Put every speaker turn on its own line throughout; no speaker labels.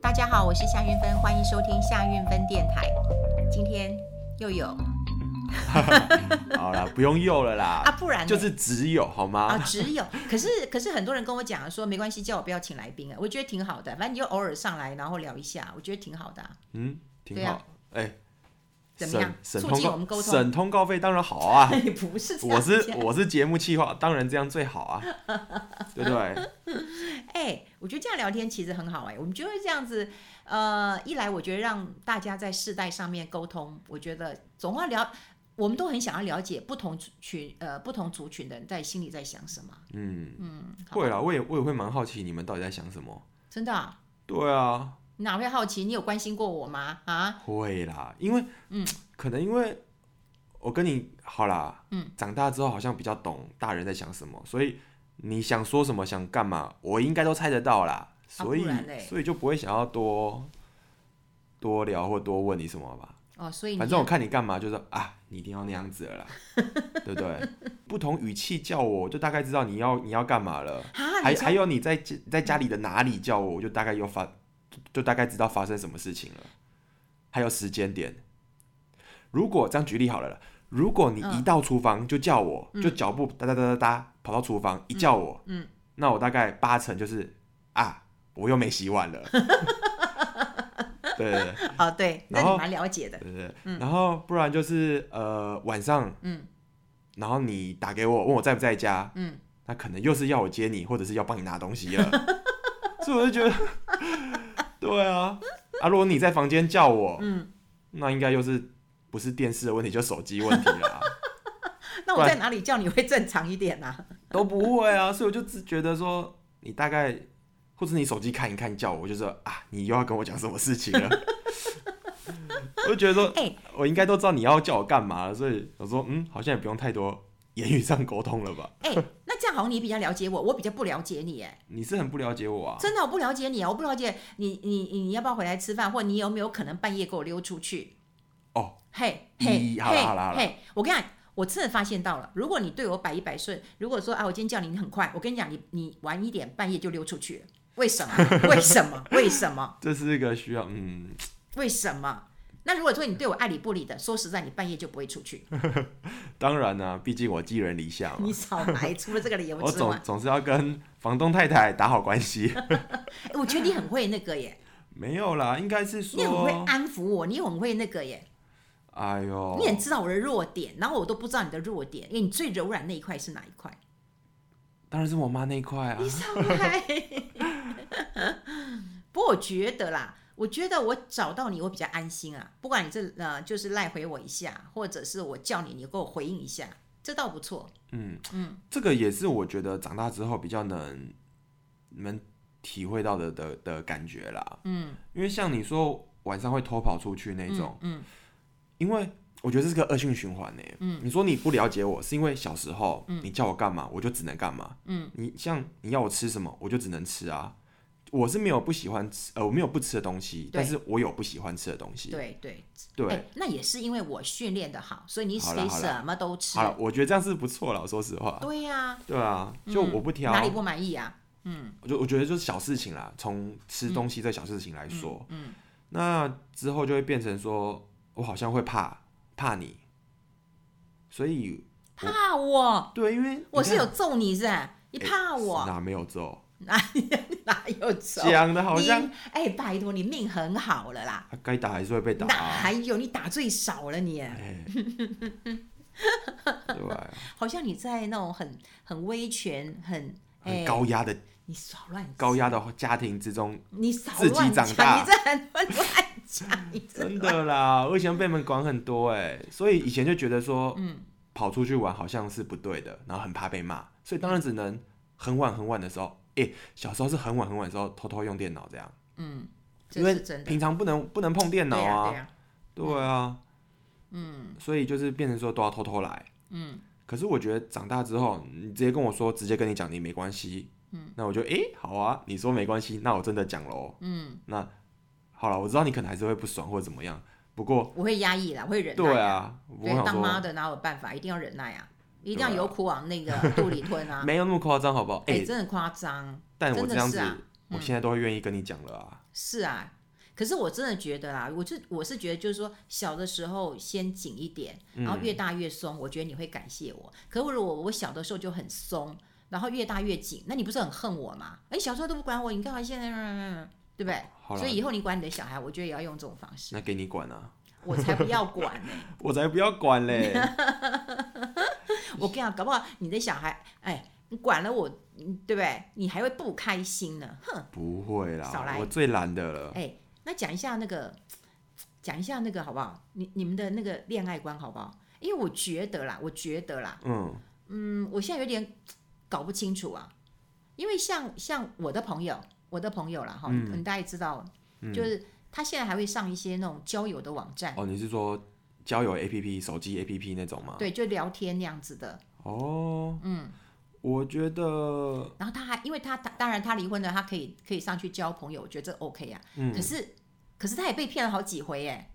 大家好，我是夏运芬，欢迎收听夏运芬电台。今天又有
好啦，不用又了啦，
啊，不然呢
就是只有好吗？
啊，只有。可是可是很多人跟我讲说，没关系，叫我不要请来宾啊，我觉得挺好的，反正你就偶尔上来，然后聊一下，我觉得挺好的啊、
嗯，挺
对啊
好。哎、
怎么样
省
促
省
进
通
我们沟
告，
通。
省通告费当然好啊
哎，不是这样
我是
讲
我是节目企划，当然这样最好啊，对不对？
哎、我觉得这样聊天其实很好哎、我们就会这样子，呃，一来我觉得让大家在世代上面沟通，我觉得总要了，我们都很想要了解不同族群呃不同族群的人在心里在想什么，
嗯，
嗯，好
会啦，我也我也会蛮好奇你们到底在想什么。
真的啊、
对啊，
你哪会好奇？你有关心过我吗？啊，
会啦，因为嗯，可能因为我跟你好啦，嗯，长大之后好像比较懂大人在想什么，所以你想说什么想干嘛，我应该都猜得到啦，所以、
啊不然嘞
所以就不会想要多多聊或多问你什么吧。
哦，所以你
反正我看你干嘛，就说啊，你一定要那样子了啦，对不对？不同语气叫我，我就大概知道你要你要干嘛了。
啊，
还
你从
还有你在家在家里的哪里叫我，我就大概有发，就就大概知道发生什么事情了，还有时间点。如果这样举例好了啦，如果你
嗯
一到厨房就叫我，就脚步哒哒哒哒哒跑到厨房一叫我，
嗯嗯
那我大概八成就是啊，我又没洗碗 了。对对对
哦，对，那
然后
你蛮了解的，
对对对，然后不然就是呃晚上，
嗯
然后你打给我问我在不在家，
嗯，
那可能又是要我接你，或者是要帮你拿东西了。 所以我就觉得， 对啊，啊，如果你在房间叫我，
嗯，
那应该又是不是电视的问题，就手机问题 啊啦，
那
不
我
然
在哪里叫你会正常一点啊？
都不会啊。所以我就只觉得说，你大概或者你手机看一看叫我，我就说啊，你又要跟我讲什么事情 了。我就觉得说，
哎
我应该都知道你要叫我干嘛了，所以我说，嗯，好像也不用太多言语上沟通了吧？
哎、那这样好像你比较了解我，我比较不了解你哎。
你是很不了解 我啊，
真的，我不了解你啊，我不了解你，你你你要不要回来吃饭，或你有没有可能半夜给我溜出去？
哦，
嘿嘿，
咦
嘿
好了好了好了
嘿，我跟你讲，我真的发现到了，如果你对我百依百顺，如果说啊，我今天叫你，你很快，我跟你讲，你你晚一点半夜就溜出去了，为什么？ 为什么？为什么？
这是一个需要，嗯，
为什么？那如果说你对我爱理不理的，说实在，你半夜就不会出去，
当然啦、毕竟我寄人篱下嘛
你，少来，除了这个理由
我
之外
总，总是要跟房东太太打好关系。
哎我觉得你很会那个耶，
没有啦，应该是
你很会
说，
安抚我，你很会那个耶。
哎呦
你，很知道我的弱点，然后我都不知道你的弱点，因为你最柔软那一块是哪一块？
当然是我妈那一块啊
你。上来。 不过我觉得啦，我觉得我找到你，我比较安心啊。不管你这呃，就是赖回我一下，或者是我叫你，你给我回应一下，这倒不错。
嗯嗯，这个也是我觉得长大之后比较能能体会到的的的感觉啦。
嗯，
因为像你说晚上会偷跑出去那种，
嗯
因为我觉得这是个恶性循环呢。嗯，你说你不了解我，是因为小时候，
嗯
你叫我干嘛，我就只能干嘛。嗯，你像你要我吃什么，我就只能吃啊。我是没有不喜欢吃，呃，我没有不吃的东西，但是我有不喜欢吃的东西。
对对
对，
哎那也是因为我训练的好，所以你
好啦
谁
好啦
什么都吃
好。了，我觉得这样是不错了，我说实话。
对呀、
对啊，就我不挑，
嗯哪里不满意啊？
我就我觉得就是小事情啦，从
嗯
吃东西这小事情来说，嗯，那之后就会变成说，我好像会怕怕你，所以
怕我，
对，因为你
我是
看哎啊
有揍你是吧？你怕我、
哪没有揍？
哪有揍？
讲的啊好像
你哎、拜托你命很好了啦，
啊该打还是会被打、
哪
啊，
还有你打最少了你，
哎对啊吧？
好像你在那种很很威权很哎、
很高压的
你少乱
高，压的家庭之中，
你少
自己
乱讲，
长
你
大
这很乱讲，你这
真 的啦，我以前被你们管很多哎、所以以前就觉得说，
嗯，
跑出去玩好像是不对的，然后很怕被骂，所以当然只能很晚很晚的时候，哎、小时候是很晚很晚的时候偷偷用电脑这样，
嗯，这
因为
是真的，
平常不能不能碰电脑
对呀、对
啊，
呀、
对啊，嗯，所以就是变成说都要偷偷来，
嗯，
可是我觉得长大之后，你直接跟我说，直接跟你讲你没关系，嗯，那我就诶、好啊，你说没关系，那我真的讲喽，
嗯，
那好了，我知道你可能还是会不爽或者怎么样，不过
我会压抑啦，我会忍耐、
对，啊，我
对
想
当妈
说
的哪有办法，一定要忍耐啊，一定
对
要
啊
有苦往 那个肚里吞啊，
没有那么夸张，好不好？欸
哎、
诶、
真的夸张，
但我
真的
这样
是
子，
啊
我现在都会愿意跟你讲了啊，
是啊，可是我真的觉得啦，我是我是觉得就是说，小的时候先紧一点，
嗯
然后越大越松，我觉得你会感谢我。可是如果我小的时候就很松，然后越大越紧，那你不是很恨我吗？哎，小时候都不管我，你干嘛现在？嗯对不对？
好了
所，以以后你管你的小孩，我觉得也要用这种方 式。
那给你管啊，
我才不要管呢、
我才不要 管嘞。
我跟你讲，搞不好你的小孩，哎，你管了我，嗯对不对？你还会不开心呢。哼，
不会
少
啦
来，
我最懒的了。
哎，那讲一下那个，讲一下那个好不好？你你们的那个恋爱观好不好？因为我觉得啦，我觉得啦，
嗯，
嗯，我现在有点搞不清楚啊。因为像像我的朋友，我的朋友啦，哈、
嗯
你大家也知道，就是他现在还会上一些那种交友的网站，
哦，你是说交友 APP、手机 APP 那种吗？
对，就聊天那样子的。
哦，嗯，我觉得
然后他还，因为他他当然他离婚了，他可以可以上去交朋友，我觉得这 OK 啊。
嗯
可是可是他也被骗了好几回哎，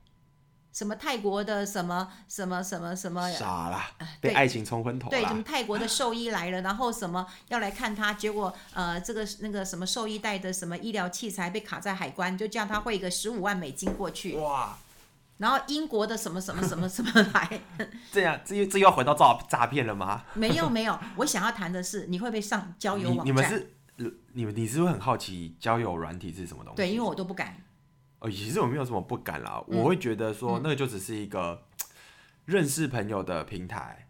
什么泰国的什么什么什么什么，
傻啦，
哎对
被爱情冲昏头
对，什
啦
么。泰国的兽医来了，然后什么要来看他，结果呃这个那个什么兽医带的什么医疗器材被卡在海关，就叫他汇个十五万美金过去，
哇，
然后英国的什么什么什么什么来，
这样这又这又要回到诈诈骗了吗？
没有没有，我想要谈的是你会不会上交友
你
哦网
你们
站？
是呃你们你是不是很好奇交友软体是什么东西？
对，因为我都不敢。
呃，其实我没有什么不敢啦，
嗯
我会觉得说那个就只是一个认识朋友的平台，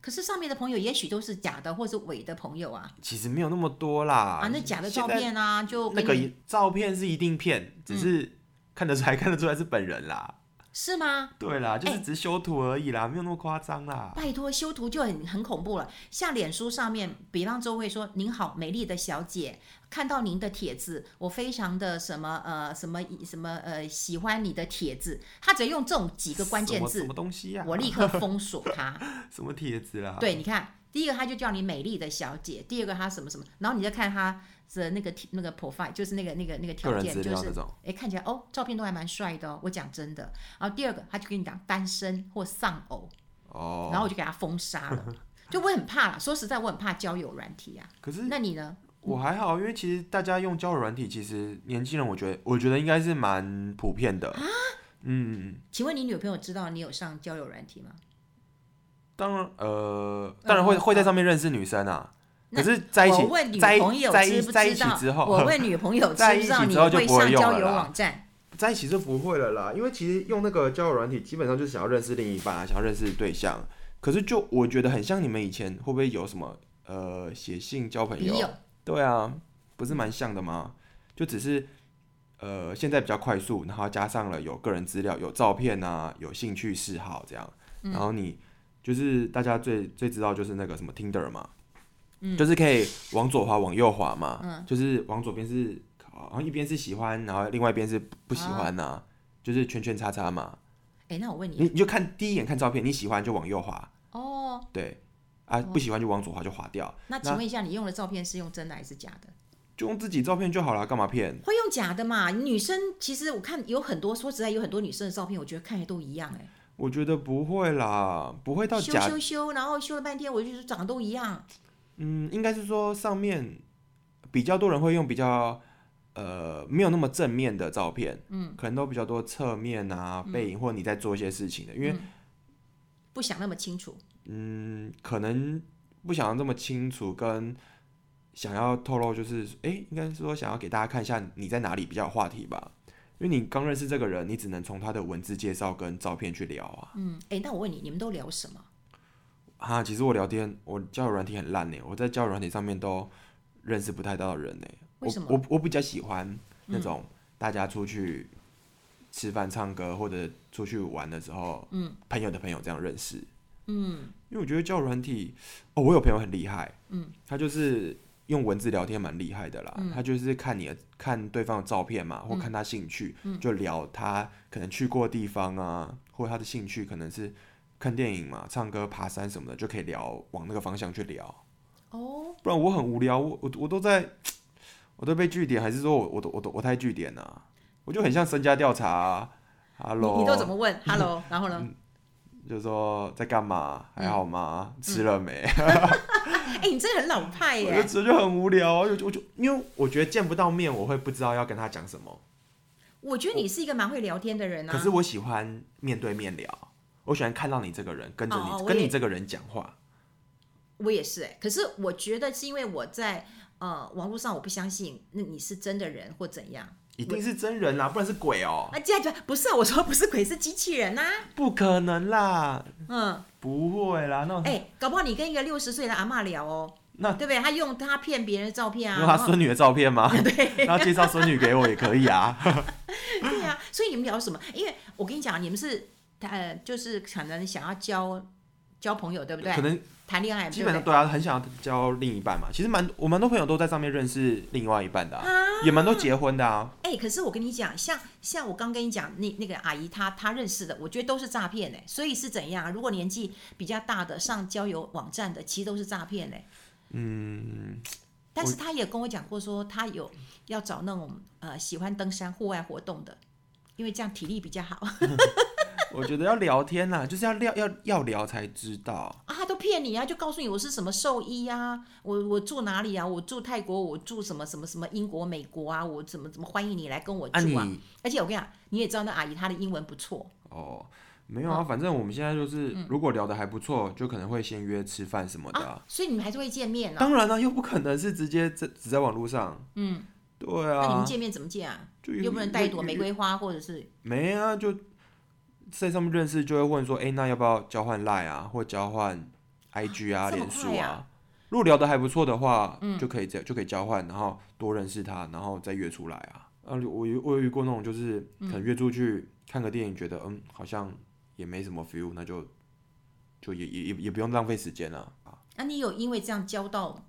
可是上面的朋友也许都是假的或是伪的朋友啊。
其实没有那么多啦。
啊，那假的照
现在
片啊，就
那
跟
个
你嗯
也照片是一定骗，只是看得出来看得出来是本人啦。
是吗？
对啦，就是
哎
只是修图而已啦，没有那么夸 张啦。
拜托，修图就很很恐怖了。像脸书上面，比方说会说“您好，美丽的小姐”，看到您的帖子，我非常的什么呃什么什么呃喜欢你的帖子，他只要用这种几个关
什
键
么什
字
么，东西啊呀、
我立刻封锁他。
什么帖子啦？
对，你看，第一个他就叫你美丽的小姐，第二个他什么什么，然后你再看他的那个那个 profile，就是那个那个那个
个
条
人
件，
资
就
料
是
那种。
哎，看起来哦，照片都还蛮帅的哦。我讲真的，然后第二个他就跟你讲单身或丧偶，
哦，
然后我就给他封杀 了。就我很怕啦，说实在，我很怕交友软体啊。
可是
那你呢？
我还好，因为其实大家用交友软体，其实年轻人我觉得我觉得应该是蛮普遍
啊
的。嗯，
请问你女朋友知道你有上交友软体吗？
当然呃，当然会、
嗯
会在上面认识女生啊。
那
可是在一起
我问女
在一
朋友
在
知
一
不
在一
知
起
道？
之
我
后，
问女朋友知
在
不
一
知道
起
你
之后就
会
不会
上
用
交
了
友
啦
网站？
在一起就不会了啦，因为其实用那个交友软体，基本上就是想要认识另一半啊，想要认识对象。可是就我觉得很像你们以前会不会有什么呃写信交朋
笔
友？
友
对啊，不是蛮像的吗？就只是呃现在比较快速，然后加上了有个人资料、有照片啊、有兴趣嗜好这样，然后你就是大家最最知道就是那个什么 Tinder 嘛，就是可以往左滑、往右滑嘛，就是往左边是好像一边是喜欢，然后另外一边是不不喜欢呐、啊就是圈圈叉叉嘛，
哎，那我问
你
你
你就看第一眼看照片，你喜欢就往右滑，
哦，
对，啊不喜欢就往左滑就滑掉，
那请问一下，你用的照片是用真的还是假的？
就用自己照片就好了，干嘛骗？
会用假的嘛？女生其实我看有很多，说实在有很多女生的照片，我觉得看起来都一样哎、
我觉得不会啦，不会到
修
假，
修修，然后修了半天，我就觉得长得都一样。
嗯，应该是说上面比较多人会用比较呃没有那么正面的照片，嗯，可能都比较多侧面啊、背影或你在做一些事情的，因为
不想那么清楚，
嗯可能不想要这么清楚，跟想要透露就是，诶，应该是说想要给大家看一下你在哪里比较有话题吧，因为你刚认识这个人，你只能从他的文字介绍跟照片去聊啊。
嗯，哎，那我问你，你们都聊什么？
啊，其实我聊天，我交友软体很烂呢，我在交友软体上面都认识不太到的人呢。
为
我
什么
我我比较喜欢那种大家出去吃饭、唱歌或者出去玩的时候，嗯，朋友的朋友这样认识，嗯，因为我觉得交友软体，哦，我有朋友很厉害，嗯，他就是用文字聊天蛮厉害的啦，他就是看你的看对方的照片嘛，或看他兴趣，就聊他可能去过的地方啊，或者他的兴趣可能是。看电影嘛、唱歌、爬山什么的，就可以聊往那个方向去聊。
哦，
不然我很无聊，我我我都在，我都被据点，还是说我我都我都我太据点啊？我就很像身家调查、啊、
你
，Hello，嗯
你都怎么问？Hello，然 后呢？
就说在干嘛？还好吗？吃了没？
嗯哎，你真的很老派
我就
耶！
觉得就很无聊啊，我就我就因为我觉得见不到面，我会不知道要跟他讲什么。
我觉得你是一个蛮会聊天的人啊。
可是我喜欢面对面聊，我喜欢看到你这个人，跟着你、
哦我也
跟你这个人讲话。
我也是哎、可是我觉得是因为我在呃网络上我不相信那你是真的人或怎样
一定是真人啦，不然是鬼哦、
啊？这样就不是啊，我说不是鬼是机器人呐、
不可能啦，
嗯，
不会啦，那
哎、搞不好你跟一个六十岁的阿嬷聊哦，
那
对不对？他用他骗别人的照片啊，
用他
然后
孙女的照 片吗？ 对，然后介绍孙女给我也可以啊。
对啊，所以你们聊什么？因为我跟你讲，你们是呃，就是可能想要交交朋友，对不 对
可？能
谈恋爱，
基
对不
本上
对？
对啊，很想要交另一半嘛。其实蛮我蛮多朋友都在上面认识另外一半的、啊，也蛮多结婚的啊。
哎、可是我跟你讲，像像我刚跟你讲，那那个阿姨她她认识的，我觉得都是诈骗哎、所以是怎样？如果年纪比较大的上交友网站的，其实都是诈骗哎、
嗯，
但是她也跟我讲过说，她有要找那种呃喜欢登山户外活动的，因为这样体力比较好啊。
我觉得要聊天呐、 就是要聊要要聊才知道。
她都骗你啊，就告诉你我是什么兽医啊，我我住哪里啊，我住泰国，我住什么什么什么英国、美国啊，我怎么怎么欢迎你来跟我
啊
住啊。
你
而且我跟你讲，你也知道那阿姨她的英文不错，
哦，没有啊，
嗯
反正我们现在就是如果聊得还不错，就可能会先约吃饭什么的啊、
啊，所以你们还是会见面呢、啊
当然了、啊又不可能是直接在只在网络上。嗯，对
那你们
啊，
见面怎么见啊？
就
又不能带一朵玫瑰
瑰。
花，或者是
没啊，就在上面认识就会问说，哎、那要不要交换 Line 啊，或交换 IG 啊、
这么
脸书
快
啊
啊？
如果聊得还不错的话，就可以这就可以交换，然后多认识他，然后再约出来啊。啊，我有我有遇过那种，就是可能约出去看个电影，觉得嗯好像也没什么 feel，那就就也也也也不用浪费时间了、啊。
那、你有因为这样交到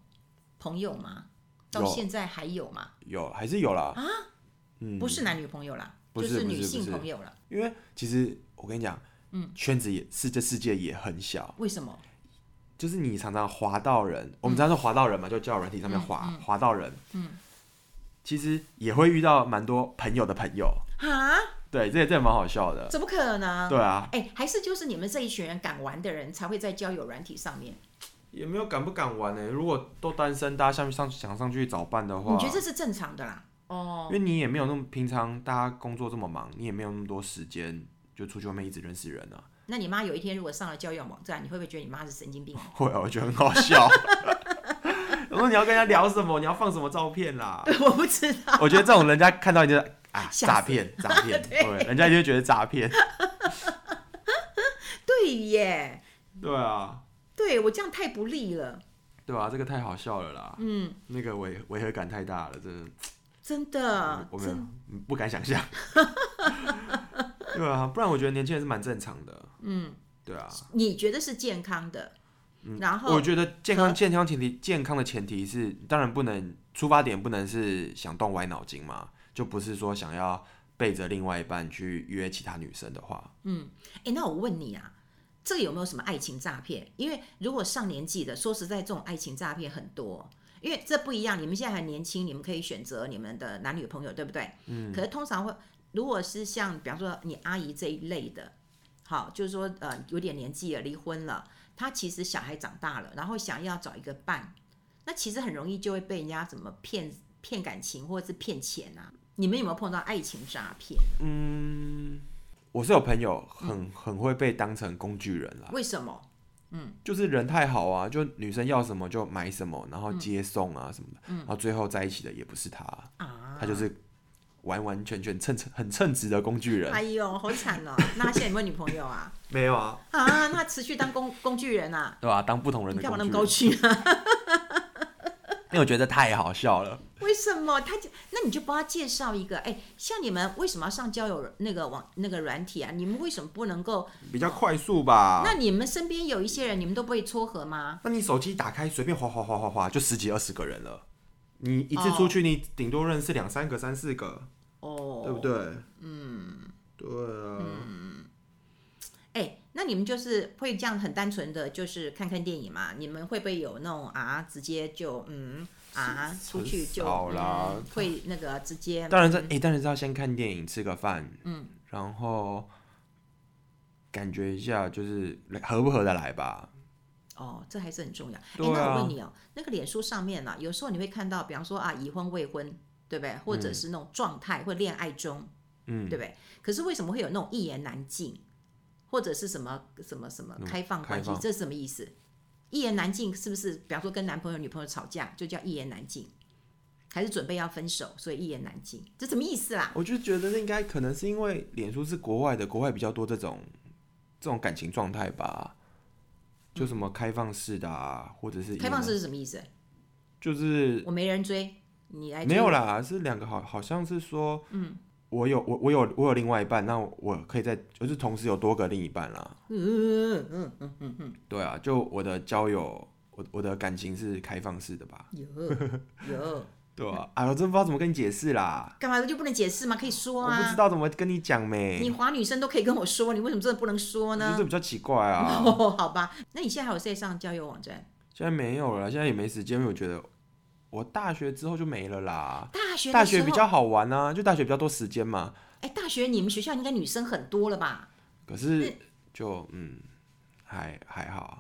朋友吗？到
有
现在还有吗？
有还是有啦，嗯
啊不是男女朋友啦，
不是
就
不是
女性
不是
朋友了。
因为其实我跟你讲，嗯，圈子也是这世界也很小，
为什么？
就是你常常滑到人，
嗯
我们常常说滑到人嘛，就交友软体上面滑、滑到人，嗯，其实也会遇到蛮多朋友的朋友，
啊？
对，这这也蛮好笑的，
怎么可能？
对啊，
哎、还是就是你们这一群人敢玩的人才会在交友软体上面，
也没有敢不敢玩呢、欸如果都单身，大家上上想上去找伴的话，
你觉得这是正常的啦？哦，
因为你也没有那么平常，大家工作这么忙，你也没有那么多时间就出去外面一直认识人啊，
那你妈有一天如果上了交友网站，你会不会觉得你妈是神经病？
会啊，我觉得很好 笑。我说你要跟人家聊什么？你要放什么照片 啦？
我不知道。
我觉得这种人家看到你就
吓
啊
死
诈骗诈 骗，对，人家就会觉得诈骗。
对耶，
对啊，
对我这样太不利了，
对啊，这个太好笑了啦，
嗯，
那个违违和感太大了，真的，
真的，
嗯我没
真
有不敢想象。对啊，不然我觉得年轻人是蛮正常的，嗯，对啊，
你觉得是健康的，然后
嗯我觉得健康健康前提健康的前提是，当然不能出发点不能是想动歪脑筋嘛，就不是说想要背着另外一半去约其他女生的话，
哎，那我问你啊，这个有没有什么爱情诈骗？因为如果上年纪的，说实在，这种爱情诈骗很多。因为这不一样，你们现在还年轻，你们可以选择你们的男女朋友，对不对？嗯。可是通常会，如果是像比方说你阿姨这一类的，好，就是说呃有点年纪了，离婚了，她其实小孩长大了，然后想要找一个伴，那其实很容易就会被人家怎么骗骗感情或者是骗钱啊。你们有没有碰到爱情诈骗？
嗯。我是有朋友很很会被当成工具人啦，
为什么？
就是人太好啊，就女生要什么就买什么，然后接送啊什么的，然后最后在一起的也不是他，
啊
他就是完完全全称职很称职的工具 人。
哎呦，好惨哦！ 那他现在有没有女朋友啊？
没有啊，
啊，那持续当工工具人啊？
对吧、当不同人
你
的
干嘛
工
那么
具
高
人，
兴啊？
因为我觉得太好笑了。
为什么他就？那你就帮他介绍一个，哎，像你们为什么要上交友那个网那个软体啊？你们为什么不能够？
比较快速吧。
那你们身边有一些人，你们都不会撮合吗？
那你手机打开随便划划划划划，就十几二十个人了。你一次出去，你顶多认识两三个、三四个，
哦，
对不？对？嗯，对啊。
嗯哎，那你们就是会这样很单纯的，就是看看电影嘛？你们会不会有那种啊，直接就嗯啊出去就
少啦
嗯会那个直接
当然是，诶、当然是要先看电影、吃个饭，嗯，然后感觉一下，就是合不合得来吧。
哦，这还是很重要。哎、
对
那
啊
我问你哦，那个脸书上面呢、啊
嗯
有时候你会看到，比方说啊，已婚、未婚，对不对？或者是那种状态或恋爱中，嗯，对不对？可是为什么会有那种一言难尽，或者是什么什么什么
嗯
开放关系
开？放
这是什么意思？一言难尽是不是？比方说跟男朋友、女朋友吵架，就叫一言难尽，还是准备要分手，所以一言难尽？这什么意思啦？
我就觉得那应该可能是因为脸书是国外的，国外比较多这种这种感情状态吧，就什么开放式的啊，或者是
开放式是什么意思？
就是
我没人追，你来追
没有
我
啦，是两个好好像是说，嗯，我有我我有我有另外一半，那我可以在就是同时有多个另一半啦，
嗯嗯嗯，
对啊，就我的交友，我我的感情是开放式的吧，
有嗯有，
对啊，啊，我真不知道怎么跟你解释啦，
干嘛就不能解释吗？可以说
我不知
啊，
道怎么跟你讲没，
你划女生都可以跟我说，你为什么真的不能说
我觉
呢
得？这比较奇 怪啊。
哦，好吧，那你现在还有在上交友网站？
现在没有了，现在也没时间，因为我觉得我大学之后就没了啦。
大学的
大学
时
比
候
较好玩啊，就大学比较多时间嘛。
哎，大学你们学校应该女生很多了吧？
可是就嗯，还还好啊，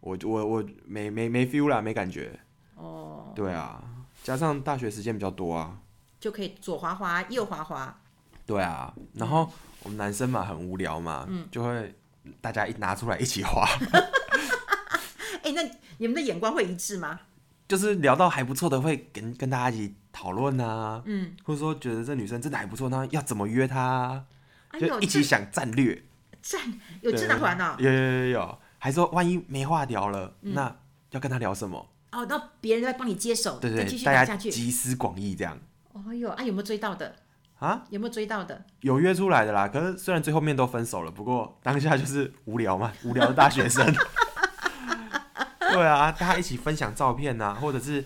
我我我没没没 feel 啦，没感觉。哦，对啊，加上大学时间比较多啊，
就可以左滑滑，右滑滑，
对啊。然后我们男生嘛很无聊嘛，就会大家一拿出来一起滑，
哎，那你们的眼光会一致吗？
就是聊到还不错的会跟跟大家一起讨论啊，嗯，或者说觉得这女生真的还不错，那要怎么约她啊？
哎
就
呦，
一起想战略，
这站有智囊团哦，
有有有有，还说万一没话聊了，
嗯
那要跟他聊什么？
哦，那别人在帮你接手，
对
再
对
继续
大
打
家
下去。
集思广益这样
哦呦，啊有没有追到的？
啊，
有没有追到的？
有约出来的啦。可是虽然最后面都分手了，不过当下就是无 聊嘛，无聊的大学生。对啊，大家一起分享照片呐、或者是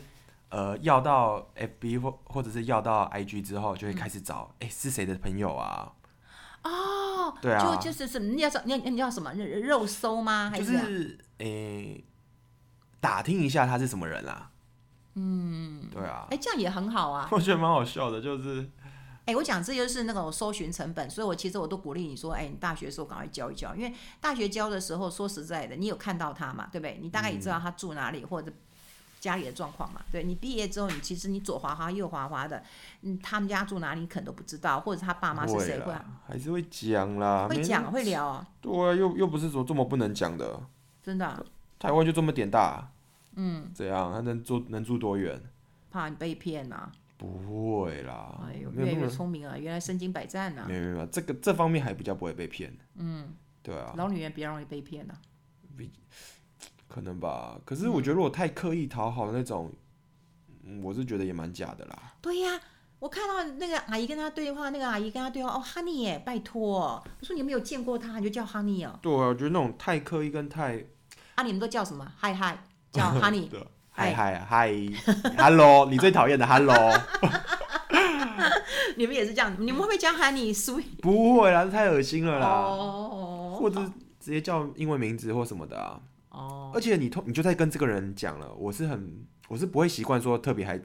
呃要到 FB 或或者是要到 IG 之后，就会开始找
嗯
哎、诶是谁的朋友啊？
哦，
对啊
就就是什么，你要什你要你要什么肉肉搜吗？还
就是是哎、诶打听一下他是什么人啦、嗯，对啊。
哎，这样也很好啊。
我觉得蛮好笑的，就是
哎，我讲这就是那种搜寻成本，所以我其实我都鼓励你说，哎，你大学的时候赶快交一交，因为大学交的时候，说实在的，你有看到他嘛，对不对？你大概也知道
嗯
他住哪里、或者家里的状况嘛。对你毕业之后，你其实你左滑滑右滑滑的，嗯，他们家住哪里你可能都不知道，或者他爸妈是谁，会
啦，还是会讲啦，
会
没
讲会聊哦，
对啊，又又不是说这么不能讲的，
真的啊
台湾就这么点大，嗯，怎样？他能住能住多远？
怕你被骗呐、
不会啦，
哎呦，
没
越来
有那
越
么
聪明啊，原来身经百战呐、
没有没有没有，这个这方面还比较不会被骗，嗯，对啊，
老女人比较容易被骗呐、啊
可能吧。可是我觉得如果太刻意讨好的那种，嗯我是觉得也蛮假的啦。
对呀、我看到那个阿姨跟他对话，那个阿姨跟他对话，哦，Honey 耶，拜托，我说你没有见过他，你就叫 Honey 哦，
对啊，我觉得那种太刻意跟太
啊，你们都叫什么？嗨嗨，叫 Honey，
的
哎
嗨嗨啊嗨，Hello，你最讨厌的 Hello，
你们也是这样，你们会不会叫 Honey Sweet？
不会啦，这太恶心了啦。
哦，
或者直接叫英文名字或什么的啊。
哦，
而且你通你就在跟这个人讲了，我是很我是不会习惯说特别还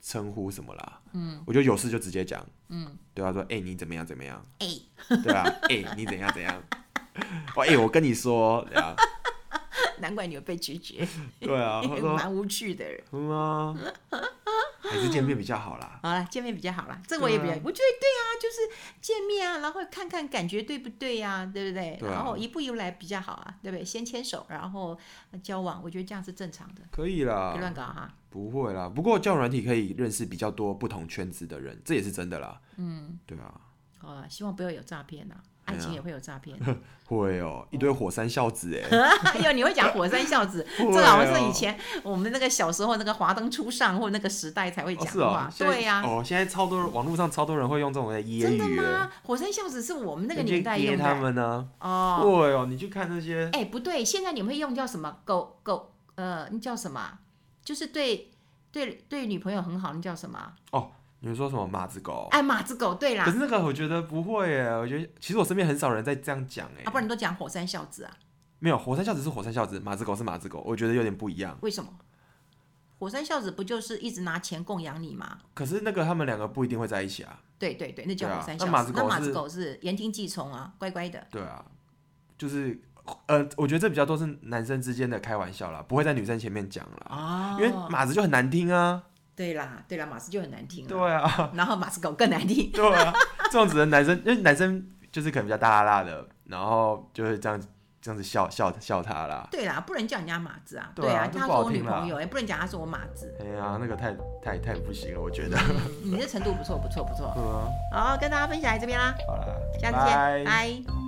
称呼什么啦。嗯，我觉得有事就直接讲。嗯，对啊，说哎、欸你怎么样怎么样？
哎、
对啊，哎、你怎样怎样？ 哦哎、我跟你说，对啊，
难怪你会被拒绝，
对啊，他说
蛮无趣的。
嗯啊，还是见面比较好啦。
好了，见面比较好啦，这我也比较，
对啊
我觉得对啊，就是见面啊，然后看看感觉对不对呀、对不对？
对啊
然后一步一步来比较好啊，对不对？先牵手，然后交往，我觉得这样是正常的，
可以啦
别，乱搞哈。
不会啦。不过交友软体可以认识比较多不同圈子的人，这也是真的啦。嗯，对啊，
好啊，希望不要有诈骗呐，爱情也会有诈骗。
会哦，一堆火山孝子哎、
哎呦，你会讲火山孝 子，
会
这好像
哦
是以前我们那个小时候那个华灯初上或那个时代才会
哦
讲
是哦
话。，对呀、
哦，现在超多人网络上超多人会用这种来揶
真的
揄
吗？火山孝子是我们那个
你去
年代
揶
用
他
的
们呢、
哦。
对哦，你去看那些，
哎、不对，现在你们会用叫什么狗狗？呃，那叫什么啊？就是对对对女朋友很好，那叫什么啊？
你们说什么马子狗？
哎，马子狗，对啦
哦可，是那个我觉得不会耶，我觉得其实我身边很少人在这样讲哎、
啊，不然你都讲火山孝子啊？
没有火山孝子是火山孝子，马子狗是马子狗，我觉得有点不一样。
为什么？火山孝子不就是一直拿钱供养你吗？
可是那个他们两个不一定会在一起啊，
对对对，那叫
对啊
火山
那
孝子。
马子狗
马
是
子狗是言听计从啊，乖乖的。
对啊，就是呃，我觉得这比较多是男生之间的开玩笑啦，不会在女生前面讲啦，
哦
因为马子就很难听啊，
对啦，对啦，马斯就很难听了，
对啊，
然后马斯狗更难听，
对啊，这种只能男生，因为男生就是可能比较大啦啦的，然后就会这样这样子笑笑笑他啦。
对啦，不能叫人家马子啊，
对
对
啊就
他
不
说
好
我女
听啦
朋友，也不能讲他说我马子，
哎呀，那个太太太不行了，我觉得。
嗯你这程度不错，不错，不错，
对啊，
好，跟大家分享在这边啦，
好啦，
下次
拜
见，拜。